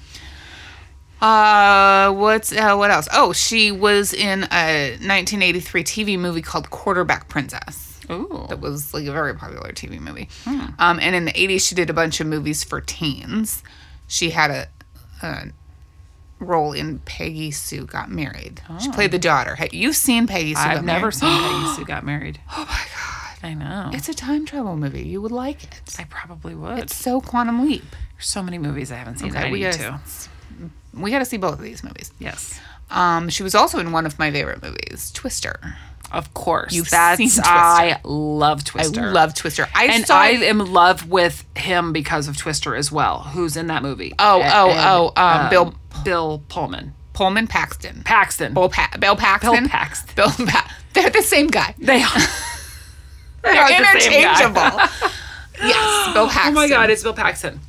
A: Uh, what's uh, what else? Oh, she was in a 1983 TV movie called Quarterback Princess.
B: Ooh.
A: That was like a very popular TV movie.
B: Hmm.
A: Um, and in the 80s, she did a bunch of movies for teens. She had a, a role in Peggy Sue Got Married. She played the daughter. Have you seen Peggy Sue
B: Oh. I've
A: Got
B: never
A: Married?
B: seen Peggy Sue Got Married. Oh my god. I know.
A: It's a time travel movie. You would like it.
B: I probably would.
A: It's so quantum leap.
B: There's so many movies I haven't seen that I
A: we
B: need
A: gotta,
B: to.
A: s- we gotta see both of these movies.
B: Yes.
A: Um, she was also in one of my favorite movies, Twister.
B: Of course.
A: You've
B: That's
A: seen Twister.
B: I love Twister.
A: I love Twister. I
B: and
A: saw.
B: I am in love with him because of Twister as well, who's in that movie.
A: oh,
B: A-
A: oh,
B: and,
A: oh, um, Bill
B: Bill Pullman.
A: Pullman Paxton.
B: Paxton.
A: Bill, pa- Bill Paxton.
B: Bill Paxton.
A: Bill Pa- They're the same guy.
B: They are.
A: They're
B: They're the same guy.
A: interchangeable. yes, Bill Paxton.
B: Oh my God, it's Bill Paxton.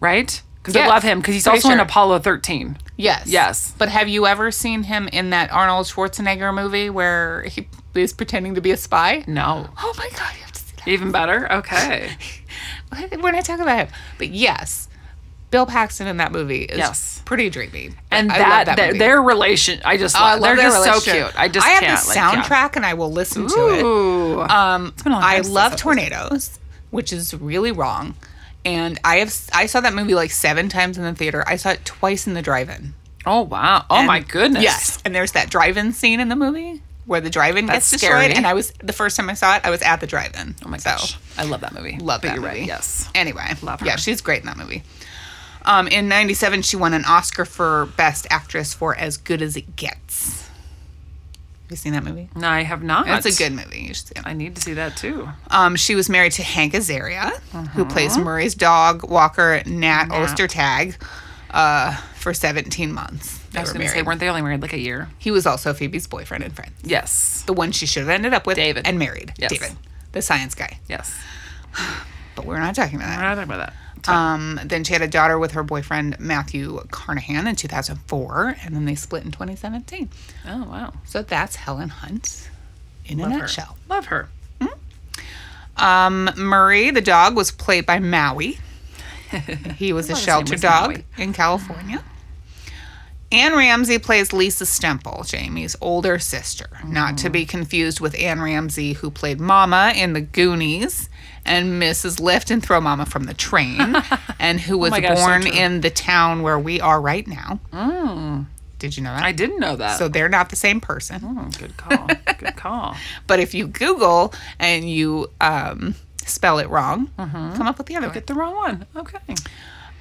B: Right? Because I
A: Yes.
B: love him because he's
A: Pretty
B: also in
A: sure.
B: Apollo 13.
A: Yes.
B: Yes.
A: But have you ever seen him in that Arnold Schwarzenegger movie where he is pretending to be a spy?
B: No.
A: Oh my God, you have to see that.
B: Even better? Okay.
A: We're not talking about him. But yes, Bill Paxton in that movie is
B: Yes.
A: pretty dreamy.
B: And
A: I
B: that,
A: love
B: their-
A: movie.
B: their relation, I just
A: Oh, I love
B: love, they're
A: their
B: just so
A: relationship.
B: cute. I just
A: I have
B: can't.
A: the
B: like, yeah.
A: soundtrack and I will listen to
B: Ooh.
A: it. Um,
B: been a long
A: I
B: time since
A: love
B: I've
A: tornadoes, which is really wrong. And I have s- I saw that movie like seven times in the theater. I saw it twice in the drive-in.
B: oh, wow. Oh, my
A: And-
B: goodness.
A: Yes, and there's that drive-in scene in the movie where the drive-in
B: That's
A: gets destroyed.
B: scary.
A: And I was the first time I saw it, I was at the drive-in.
B: Oh, my
A: So,
B: gosh. I love that movie.
A: love
B: But
A: that
B: you're
A: movie.
B: right. Yes.
A: Anyway,
B: Love her.
A: Yeah, she's great in that movie. Um, in '97, she won an Oscar for Best Actress for As Good as It Gets. Have you seen that movie?
B: No, I have not.
A: That's a good movie. You should see it.
B: I need to see that too.
A: Um, she was married to Hank Azaria,
B: Uh-huh.
A: who plays Murray's dog walker Nat, Ostertag, uh, for 17 months. They
B: I was
A: were
B: going to say,
A: married.
B: weren't they only married like a year?
A: he was also Phoebe's boyfriend and friend,
B: Yes.
A: the one she should have ended up with,
B: David.
A: and married
B: Yes.
A: David, the science guy.
B: Yes.
A: But we're not talking about
B: We're
A: that.
B: not talking about that.
A: Um, then she had a daughter with her boyfriend Matthew Carnahan in 2004, and then they split in 2017.
B: Oh, wow.
A: So that's Helen Hunt in
B: Love
A: a
B: her.
A: nutshell.
B: Love her.
A: Um, Murray, the dog, was played by Maui. He was a
B: his name
A: shelter
B: was
A: dog
B: Maui.
A: in California. Anne Ramsey plays Lisa Stemple, Jamie's older sister, not to
B: Mm.
A: be confused with Anne Ramsey, who played Mama in The Goonies and Mrs. Lift and Throw Mama from the Train, and who was
B: Oh my gosh, so
A: born
B: true. Mm.
A: in the town where we are right now. Did you know that?
B: I didn't know that.
A: so they're not the same person.
B: Mm, good call. Good call.
A: But if you Google and you um, spell it wrong,
B: Mm-hmm.
A: come up with the other one.
B: Get the wrong one. Okay.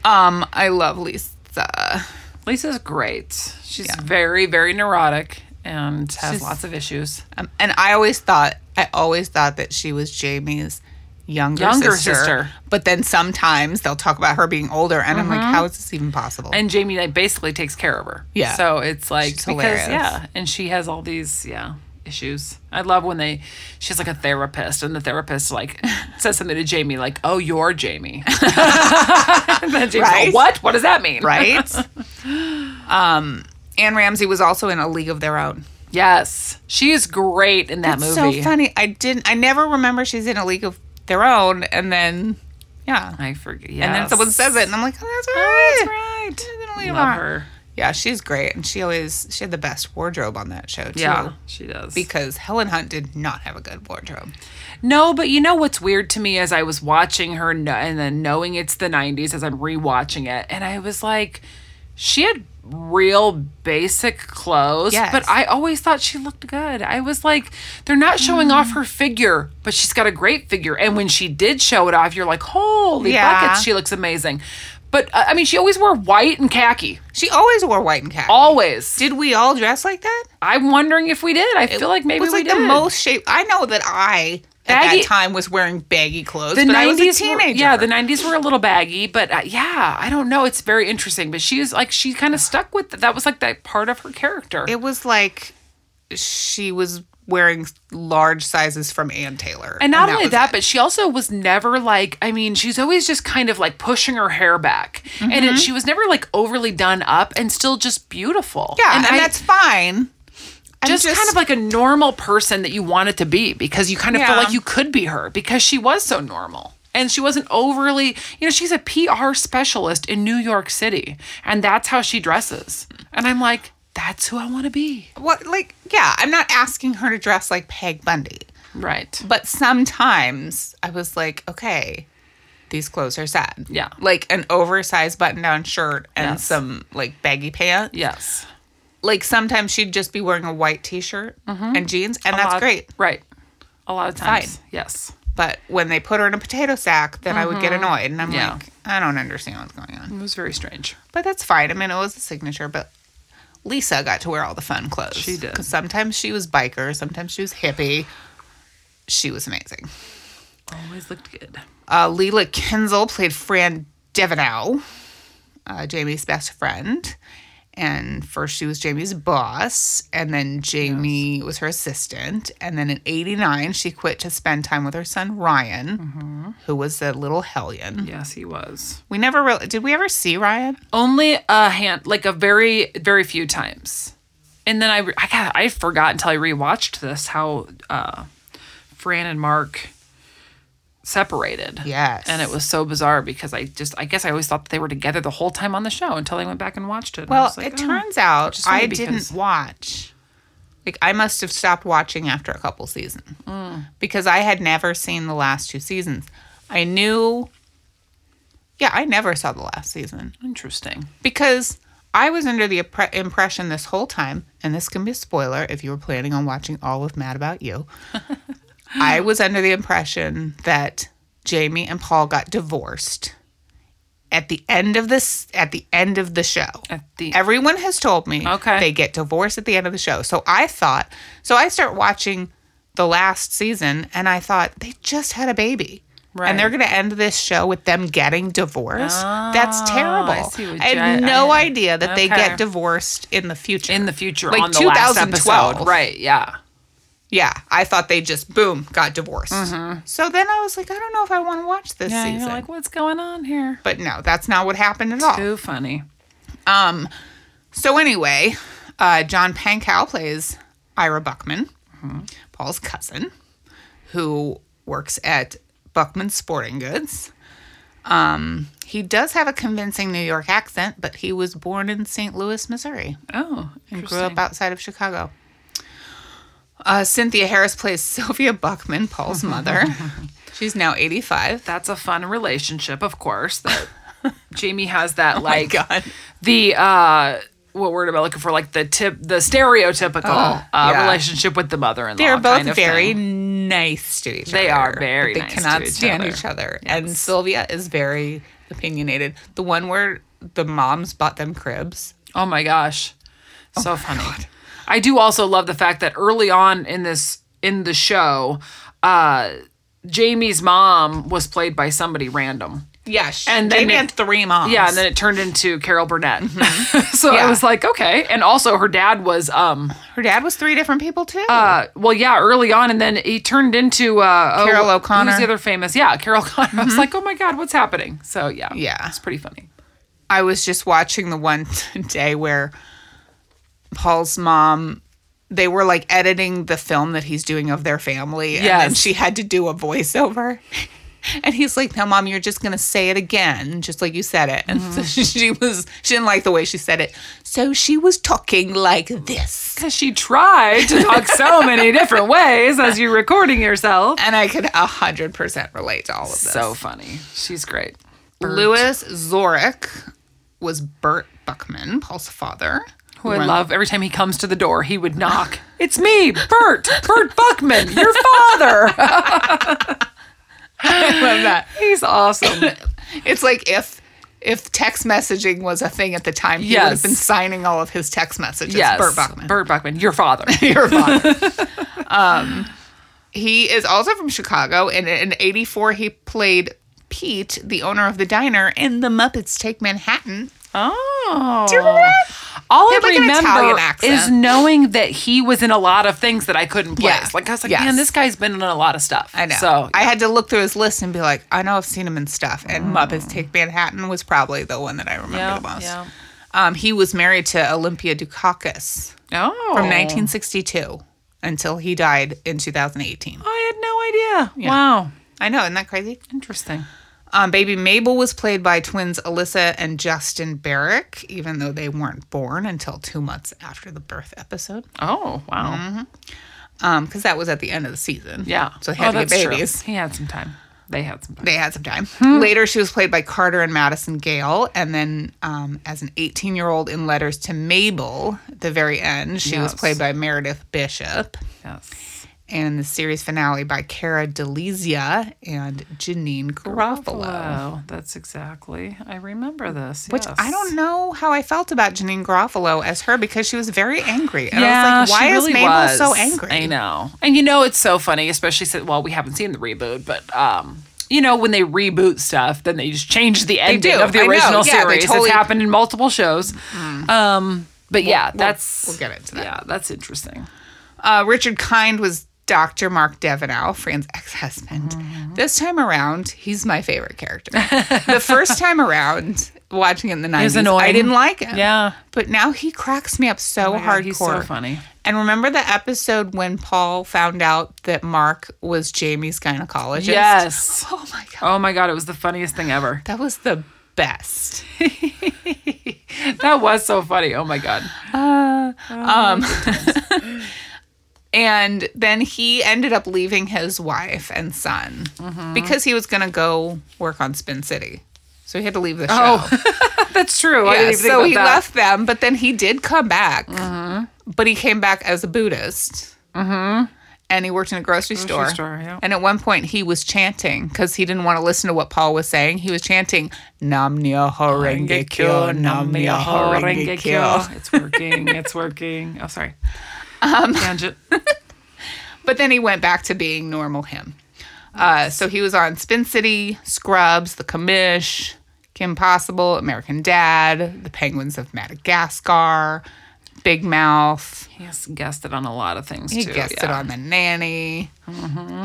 A: Um, I love Lisa.
B: Lisa's great. She's very, very neurotic and has
A: She's-
B: lots of issues.
A: Um, and I always thought, I always thought that she was Jamie's younger,
B: Younger
A: sister,
B: sister.
A: But then sometimes they'll talk about her being older, and I'm
B: Mm-hmm.
A: like, how is this even possible?
B: And Jamie like, basically takes care of her.
A: Yeah.
B: So it's like
A: She's
B: because
A: hilarious.
B: yeah, and she has all these yeah issues. I love when they she's like a therapist and the therapist like says something to Jamie like, "Oh, you're Jamie." and then Jamie's like,
A: Right?
B: "What? What does that mean?"
A: right? um, Anne Ramsey was also in A League of Their Own.
B: Yes, she is great in that
A: It's
B: movie.
A: so funny. I didn't. I never remember she's in A League of Their Own, and then yeah,
B: I forget. Yes.
A: and then someone says it, and I'm like, oh, that's right.
B: That's right.
A: Leave
B: Love
A: her.
B: her.
A: Yeah, she's great, and she always she had the best wardrobe on that show too.
B: Yeah, she does.
A: because Helen Hunt did not have a good wardrobe.
B: No, but you know what's weird to me as I was watching her kn- and then knowing it's the 90s as I'm rewatching it, and I was like, she had real basic clothes,
A: Yes.
B: but I always thought she looked good. I was like, they're not showing
A: Mm.
B: off her figure, but she's got a great figure. And when she did show it off, you're like, holy
A: Yeah.
B: buckets, she looks amazing. But uh, I mean, she always wore white and khaki.
A: She always wore white and khaki.
B: Always.
A: did we all dress like that?
B: I'm wondering if we did. I feel like maybe
A: it was
B: we
A: like
B: did.
A: the most shape. I know that I
B: Baggy-
A: at that time was wearing baggy clothes,
B: the
A: but I was a
B: were-
A: teenager.
B: yeah, the nineties were a little baggy, but uh, yeah, I don't know. It's very interesting, but she is like she kind of stuck with that. Was like that part of her character.
A: it was like she was wearing large sizes from Ann Taylor,
B: and not only
A: was
B: that,
A: it.
B: but she also was never like, I mean, she's always just kind of like pushing her hair back. And
A: Mm-hmm.
B: it, she was never like overly done up and still just beautiful.
A: yeah, and,
B: I-
A: that's fine. I'm
B: just, kind of like a normal person that you wanted to be because you kind of felt
A: Yeah.
B: like you could be her because she was so normal. And she wasn't overly, you know, she's a PR specialist in New York City. And that's how she dresses. And I'm like, that's who I want to be.
A: what, like yeah. I'm not asking her to dress like Peg Bundy.
B: Right.
A: but sometimes I was like, okay, these clothes are sad.
B: Yeah.
A: Like an oversized button down shirt and
B: Yes.
A: some like baggy pants.
B: Yes.
A: Like sometimes she'd just be wearing a white t shirt and jeans, and that's
B: Mm-hmm. lot-
A: great.
B: Right. A lot of times.
A: Fine.
B: Yes.
A: But when they put her in a potato sack, then I would get annoyed. And I'm
B: Mm-hmm. Yeah.
A: like, I don't understand what's going on.
B: It was very strange.
A: But that's fine. I mean, it was a signature, but Lisa got to wear all the fun clothes.
B: She did.
A: 'Cause sometimes she was biker, sometimes she was hippie. She was amazing.
B: Always looked good.
A: Uh, Leela Kinzel played Fran Devenow, uh, Jamie's best friend. And first she was Jamie's boss, and then Jamie was her assistant. And then in 89, she quit to spend time with her son Ryan, who was a little hellion.
B: Yes, he was.
A: We never really did we ever see Ryan?
B: Only a hand, like a very, very few times. And then I, re- I, got, I forgot until I rewatched this how uh, Fran and Mark separated.
A: Yes.
B: And it was so bizarre because I just, I guess I always thought that they were together the whole time on the show until I went back and watched it. And I
A: Well,
B: was like,
A: it
B: "Oh."
A: turns out
B: just
A: I
B: funny
A: didn't
B: because-
A: watch. Like I must have stopped watching after a couple seasons
B: Mm.
A: because I had never seen the last two seasons. I knew. Yeah, I never saw the last season
B: Interesting.
A: because I was under the impre- impression this whole time, and this can be a spoiler if you were planning on watching all of Mad About You. I was under the impression that Jamie and Paul got divorced at the end of this at the end of the show.
B: At the
A: Everyone has told me
B: Okay.
A: they get divorced at the end of the show. So I thought, so I start watching the last season and I thought they just had a baby.
B: Right.
A: And they're going to end this show with them getting divorced. That's terrible.
B: Oh, I see what
A: I had
B: you-
A: no
B: I-
A: idea that they
B: okay.
A: get divorced in the future.
B: in the future,
A: Like
B: on the last
A: 2012.
B: episode, right? Yeah.
A: yeah, I thought they just boom got divorced. So then I was like, I don't know if I want to watch this
B: Mm-hmm. Yeah,
A: season.
B: you're like, what's going on here?
A: but no, that's not what happened at all.
B: Too funny.
A: Um, so anyway, uh, John Pankow plays Ira Buckman, Paul's cousin, who works at Buckman Sporting Goods. Um, he does have a convincing New York accent, but he was born in St. Louis, Missouri,
B: Oh,
A: and grew up outside of Chicago. Uh, Cynthia Harris plays Sylvia Buckman, Paul's mother. She's now 85.
B: That's a fun relationship, of course. That Jamie has that like
A: Oh God.
B: the uh what word am I looking for? Like the tip, the stereotypical uh,
A: Oh, yeah.
B: relationship with the mother-in-law.
A: They're both
B: kind of
A: very
B: thing.
A: nice to each other.
B: They are
A: but
B: very
A: They
B: nice to
A: cannot
B: each
A: stand
B: other.
A: each other. And Sylvia is very opinionated. The one where the moms bought them cribs.
B: Oh my gosh,
A: Oh
B: so funny. I do also love the fact that early on in this in the show, uh Jamie's mom was played by somebody random.
A: Yes.
B: And
A: And
B: then
A: they
B: it-
A: had three moms.
B: Yeah, and then it turned into Carol Burnett. so I
A: Mm-hmm. Yeah.
B: was like, okay. And also her dad was um
A: her dad was three different people too.
B: uh well yeah, early on and then he turned into uh oh,
A: Carol
B: wh-
A: O'Connor. Mm-hmm.
B: Who's the other famous? Yeah, Carol O'Connor. I was like, "Oh my god, what's happening?" So yeah.
A: Yeah.
B: It's pretty funny.
A: I was just watching the one day where Paul's mom they were like editing the film that he's doing of their family and then
B: Yes.
A: she had to do a voiceover. And he's like, "Now mom, you're just going to say it again, just like you said it." And so she was she didn't like the way she said it. So she was talking like this.
B: Cuz she tried to talk so many different ways as you're recording yourself.
A: And I could 100% relate to all of this.
B: So funny. She's great.
A: Louis Zorek was Bert Buckman, Paul's father.
B: Who I love every time he comes to the door, he would knock. It's me, Bert, Bert Buckman, your father.
A: I love that.
B: He's awesome.
A: It's like if if text messaging was a thing at the time, he would
B: Yes.
A: have been signing all of his text messages.
B: Yes,
A: Burt Bachman.
B: Burt Buckman, your father.
A: Your father. um, he is also from Chicago, and in '84 he played Pete, the owner of the diner in The Muppets Take Manhattan.
B: Oh.
A: remember that?
B: All
A: He
B: I
A: had, like, an Italian
B: remember
A: accent.
B: is knowing that he was in a lot of things that I couldn't place.
A: Yeah.
B: Like I was like,
A: Yes.
B: man, this guy's been in a lot of stuff.
A: I know.
B: So
A: I had to look through his list and be like, I know I've seen him in stuff. And Muppets Take Manhattan was probably the one that I remember
B: Mm. Yeah,
A: the most.
B: yeah.
A: Um, he was married to Olympia Dukakis.
B: oh,
A: from 1962 until he died in 2018.
B: I had no idea. Wow,
A: I know, isn't that crazy?
B: interesting.
A: Um, baby Mabel was played by twins Alyssa and Justin Barrick, even though they weren't born until two months after the birth episode,
B: Oh wow,
A: because that was at the end of the season.
B: yeah.
A: so they had
B: oh,
A: to
B: that's
A: get
B: true. Hmm.
A: babies.
B: He had some time. They had some time.
A: They had some time. Later, she was played by Carter and Madison Gale, and then um, as an 18-year-old in Letters to Mabel, at the very end, she was
B: Yes.
A: played by Meredith Bishop.
B: Yes.
A: and the series finale by Cara Delizia and Janine Garofalo.
B: Wow, that's exactly. I remember this.
A: Which I
B: yes.
A: don't know how I felt about Janine Garofalo as her because she was very angry. And I
B: Yeah,
A: was like, why
B: she
A: is
B: really
A: Mabel
B: was.
A: so angry?
B: I know, and you know it's so funny, especially since well, we haven't seen the reboot, but um, you know when they reboot stuff, then they just change the ending
A: do.
B: of the
A: I know.
B: original
A: Yeah, they
B: series.
A: totally- Mm-hmm.
B: It's happened in multiple shows. Um, but yeah,
A: we'll-
B: that's
A: we'll get into that.
B: Yeah, that's interesting.
A: Uh, Richard Kind was Dr. Mark Devenow, Fran's ex husband.
B: Mm-hmm.
A: This time around, he's my favorite character. the first time around, watching it in the 90s, I
B: annoying.
A: didn't like him.
B: Yeah. Oh
A: But now he cracks me up so
B: my
A: hardcore.
B: God, he's so funny.
A: And remember the episode when Paul found out that Mark was Jamie's gynecologist?
B: Yes.
A: Oh my God.
B: Oh my god, it was the funniest thing ever.
A: That was the best.
B: that was so funny. Oh my god.
A: And then he ended up leaving his wife and son because he was going to go work on Spin City. So he had to leave the show.
B: That's true. I
A: Yeah,
B: didn't even think
A: so
B: about
A: he
B: that. Mm-hmm.
A: left them, but then he did come back. But he came back as a Buddhist. And he worked in a grocery, store.
B: store, yeah.
A: And at one point, he was chanting because he didn't want to listen to what Paul was saying. He was chanting Nam Myoho Renge Kyo, Nam Myoho Renge Kyo.
B: It's working. It's working. Oh, sorry.
A: Um,
B: Tangent.
A: But then he went back to being normal him. Uh, so he was on Spin City, Scrubs, The Commish, Kim Possible, American Dad, The Penguins of Madagascar, Big Mouth.
B: He's guessed it on a lot of things
A: He
B: too.
A: guessed it
B: yeah.
A: on the nanny.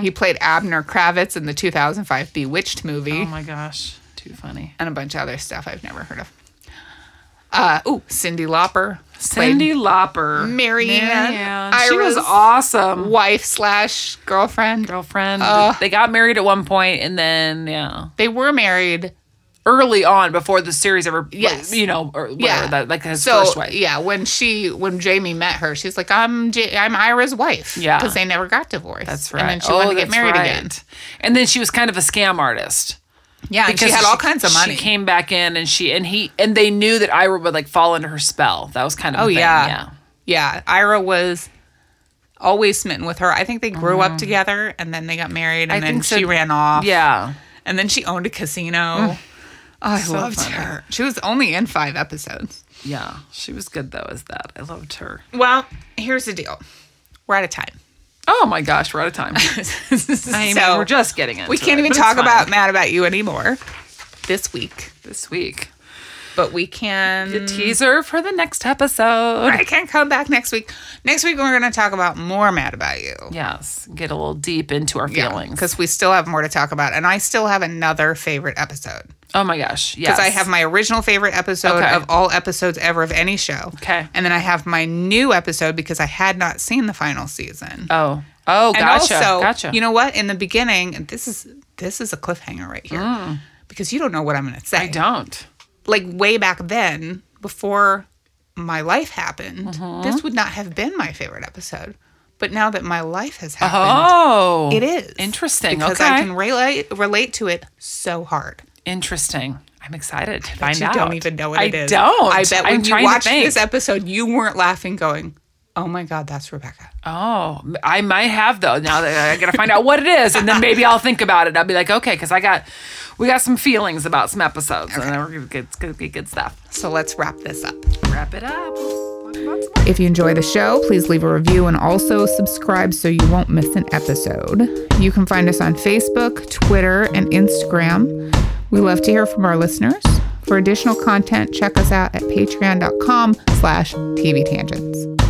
A: He played Abner Kravitz in the 2005 Bewitched movie
B: Oh my gosh, too funny.
A: and a bunch of other stuff I've never heard of. Uh, ooh, Cindy Lauper, played
B: Cindy Lauper,
A: Marianne,
B: She
A: Ira's-
B: was awesome.
A: wife slash girlfriend.
B: Girlfriend.
A: Uh,
B: they got married at one point, and then yeah,
A: They were married.
B: early on before the series ever.
A: Yes.
B: you know, or whatever,
A: Yeah,
B: that, like his
A: so,
B: first wife.
A: Yeah, when she when Jamie met her, she's like, "I'm J- I'm Ira's wife."
B: Yeah.
A: because they never got divorced.
B: That's right. Oh,
A: And then she wanted to get
B: that's
A: married
B: right.
A: again.
B: And then she was kind of a scam artist.
A: Yeah, and she had all kinds of money.
B: She came back in and she and he and they knew that Ira would like fall under her spell. That was kind of
A: Oh
B: a thing,
A: yeah. yeah. Ira was always smitten with her. I think they grew up together and then they got married and then
B: Mm-hmm. think so.
A: she ran off.
B: Yeah. Mm.
A: And then she owned a casino. Oh, I loved
B: funny.
A: her. She was only in five episodes.
B: Yeah. She was good though as that. I loved her.
A: Well, here's the deal. We're out of time.
B: Oh my gosh, we're out of time. I mean,
A: So,
B: we're just getting into
A: we can't
B: it,
A: even
B: but it's
A: talk
B: fine.
A: about Mad About You anymore this week.
B: this week.
A: But we can
B: The teaser for the next episode.
A: I can come back next week. Next week we're gonna talk about more Mad About You.
B: Yes. Get a little deep into our feelings.
A: Because we still have more to talk about. And I still have another favorite episode.
B: oh my gosh. Yes.
A: Because I have my original favorite episode
B: Okay.
A: of all episodes ever of any show.
B: Okay.
A: And then I have my new episode because I had not seen the final season.
B: Oh. Oh,
A: and
B: gotcha.
A: also,
B: gotcha.
A: you know what? In the beginning, and this is this is a cliffhanger right here. Because you don't know what I'm gonna say.
B: Mm. I don't.
A: Like way back then, before my life happened,
B: Mm-hmm.
A: this would not have been my favorite episode. But now that my life has happened,
B: Oh.
A: it is
B: Interesting.
A: because
B: okay.
A: I can relate relate to it so hard.
B: Interesting. I'm excited to
A: I
B: find
A: you
B: out.
A: don't even know what
B: I
A: it is.
B: don't.
A: I bet when
B: I'm
A: you
B: trying
A: watched
B: to think.
A: this episode, you weren't laughing, going, "Oh my god, that's Rebecca."
B: oh, I might have though. Now that I gotta find out what it is, and then maybe I'll think about it. I'll be like, okay, because I got we got some feelings about some episodes, and then we're gonna get, it's gonna be good stuff.
A: So let's wrap this up.
B: Wrap it up. Talk about some-
A: If you enjoy the show, please leave a review and also subscribe so you won't miss an episode. You can find us on Facebook, Twitter, and Instagram. We love to hear from our listeners. For additional content, check us out at patreon.com slash TV Tangents.